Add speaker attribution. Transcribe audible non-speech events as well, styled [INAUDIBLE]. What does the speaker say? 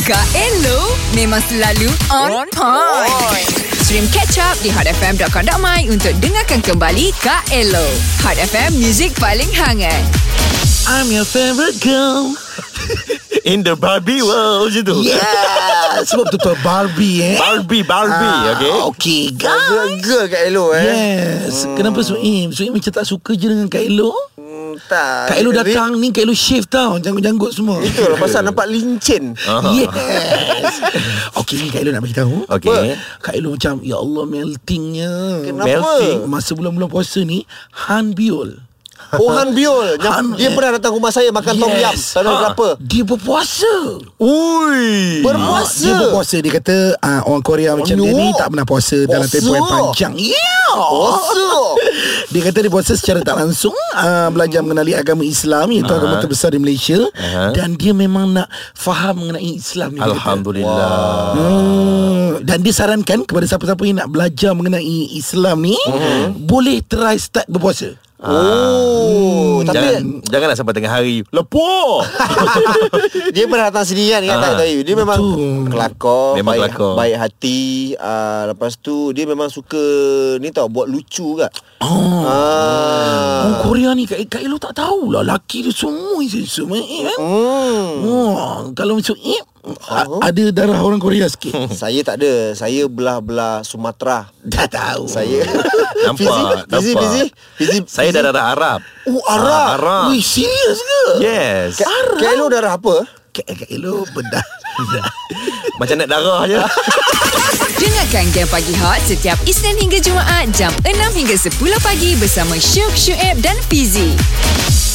Speaker 1: Kak Elo memang selalu on point. Stream catch up di hotfm.com.my untuk dengarkan kembali Kak Elo. Hot FM, music paling [LAUGHS] hangat.
Speaker 2: I'm your favorite girl In the Barbie world Macam tu
Speaker 3: Yeah Sebab tu tu Barbie eh
Speaker 2: Barbie Barbie
Speaker 3: Ah, Okay
Speaker 2: Okay
Speaker 4: Girl,
Speaker 3: guys
Speaker 4: girl kat Elo eh
Speaker 3: Yes hmm. Kenapa Suim Suim macam tak suka je dengan Kak Elo
Speaker 4: Hmm,
Speaker 3: Kak
Speaker 4: Tak
Speaker 3: Elo
Speaker 4: Tapi-
Speaker 3: datang ni Kak Elo shave tau Janggut-janggut semua
Speaker 4: Itulah pasal nampak lincin
Speaker 3: [LAUGHS] Ah. Yes Okay ni Kak Elo nak beritahu
Speaker 2: Okay.
Speaker 3: Kak Elo macam Ya Allah meltingnya
Speaker 4: Kenapa?
Speaker 2: Melting.
Speaker 3: Masa bulan-bulan puasa ni Han Biol
Speaker 4: Oh Han
Speaker 3: [LAUGHS]
Speaker 4: Biol Yang-
Speaker 3: Han-
Speaker 4: Dia pernah datang rumah saya Makan tom yam Tak tahu
Speaker 2: Ha.
Speaker 4: kenapa
Speaker 3: Dia berpuasa
Speaker 2: Ui
Speaker 3: Ah,
Speaker 4: Berpuasa
Speaker 3: Dia berpuasa Dia kata uh, Orang Korea macam
Speaker 4: no.
Speaker 3: dia ni Tak pernah puasa Dalam
Speaker 4: Puasa.
Speaker 3: tempoh yang panjang Oh, Yeah
Speaker 4: Puasa
Speaker 3: Dia kata dia puasa secara tak langsung uh, Belajar mengenali agama Islam Iaitu agama terbesar di Malaysia
Speaker 2: Hmm. Aha.
Speaker 3: Dan dia memang nak Faham mengenai Islam ni dia kata.
Speaker 2: Alhamdulillah
Speaker 3: Hmm, dan dia sarankan kepada siapa-siapa yang nak belajar mengenai Islam ni
Speaker 2: Hmm.
Speaker 3: boleh try start berpuasa. Hmm.
Speaker 4: Oh
Speaker 2: Jangan,
Speaker 4: Tapi
Speaker 2: janganlah sampai tengah hari Lepuh
Speaker 4: Dia pernah datang sendiri kan Ingat tak tahu Dia memang
Speaker 3: Ah. Betul.
Speaker 4: Kelakor
Speaker 2: Memang
Speaker 4: baik,
Speaker 2: kelakor.
Speaker 4: baik hati ah, Lepas tu Dia memang suka Ni tau Buat lucu kat
Speaker 3: Oh. Orang
Speaker 4: ah.
Speaker 3: Korea ni Kak, Kak Elo tak tahulah Laki dia semua Semua eh, kan?
Speaker 4: Hmm
Speaker 3: Oh, kalau macam eh,
Speaker 2: Oh.
Speaker 3: a- ada darah orang Korea sikit.
Speaker 4: Hmm.
Speaker 2: [LAUGHS]
Speaker 4: Saya tak ada Saya belah-belah Sumatera
Speaker 3: Dah tahu.
Speaker 4: Saya
Speaker 2: Nampak,
Speaker 4: Fizi
Speaker 2: nampak.
Speaker 4: Fizi Fizi
Speaker 2: [LAUGHS] Saya dah darah Arab
Speaker 4: Oh Arab
Speaker 2: Ah, Arab
Speaker 3: Wih, serius ke?
Speaker 2: Yes
Speaker 4: Kak Kak Elo darah apa?
Speaker 3: Kak Kak Elo bedah.
Speaker 2: [LAUGHS] Macam nak darah je [LAUGHS]
Speaker 1: Dengarkan Game Pagi Hot setiap Isnin hingga Jumaat jam 6 hingga 10 pagi bersama Syuk, Syuib dan Fizi.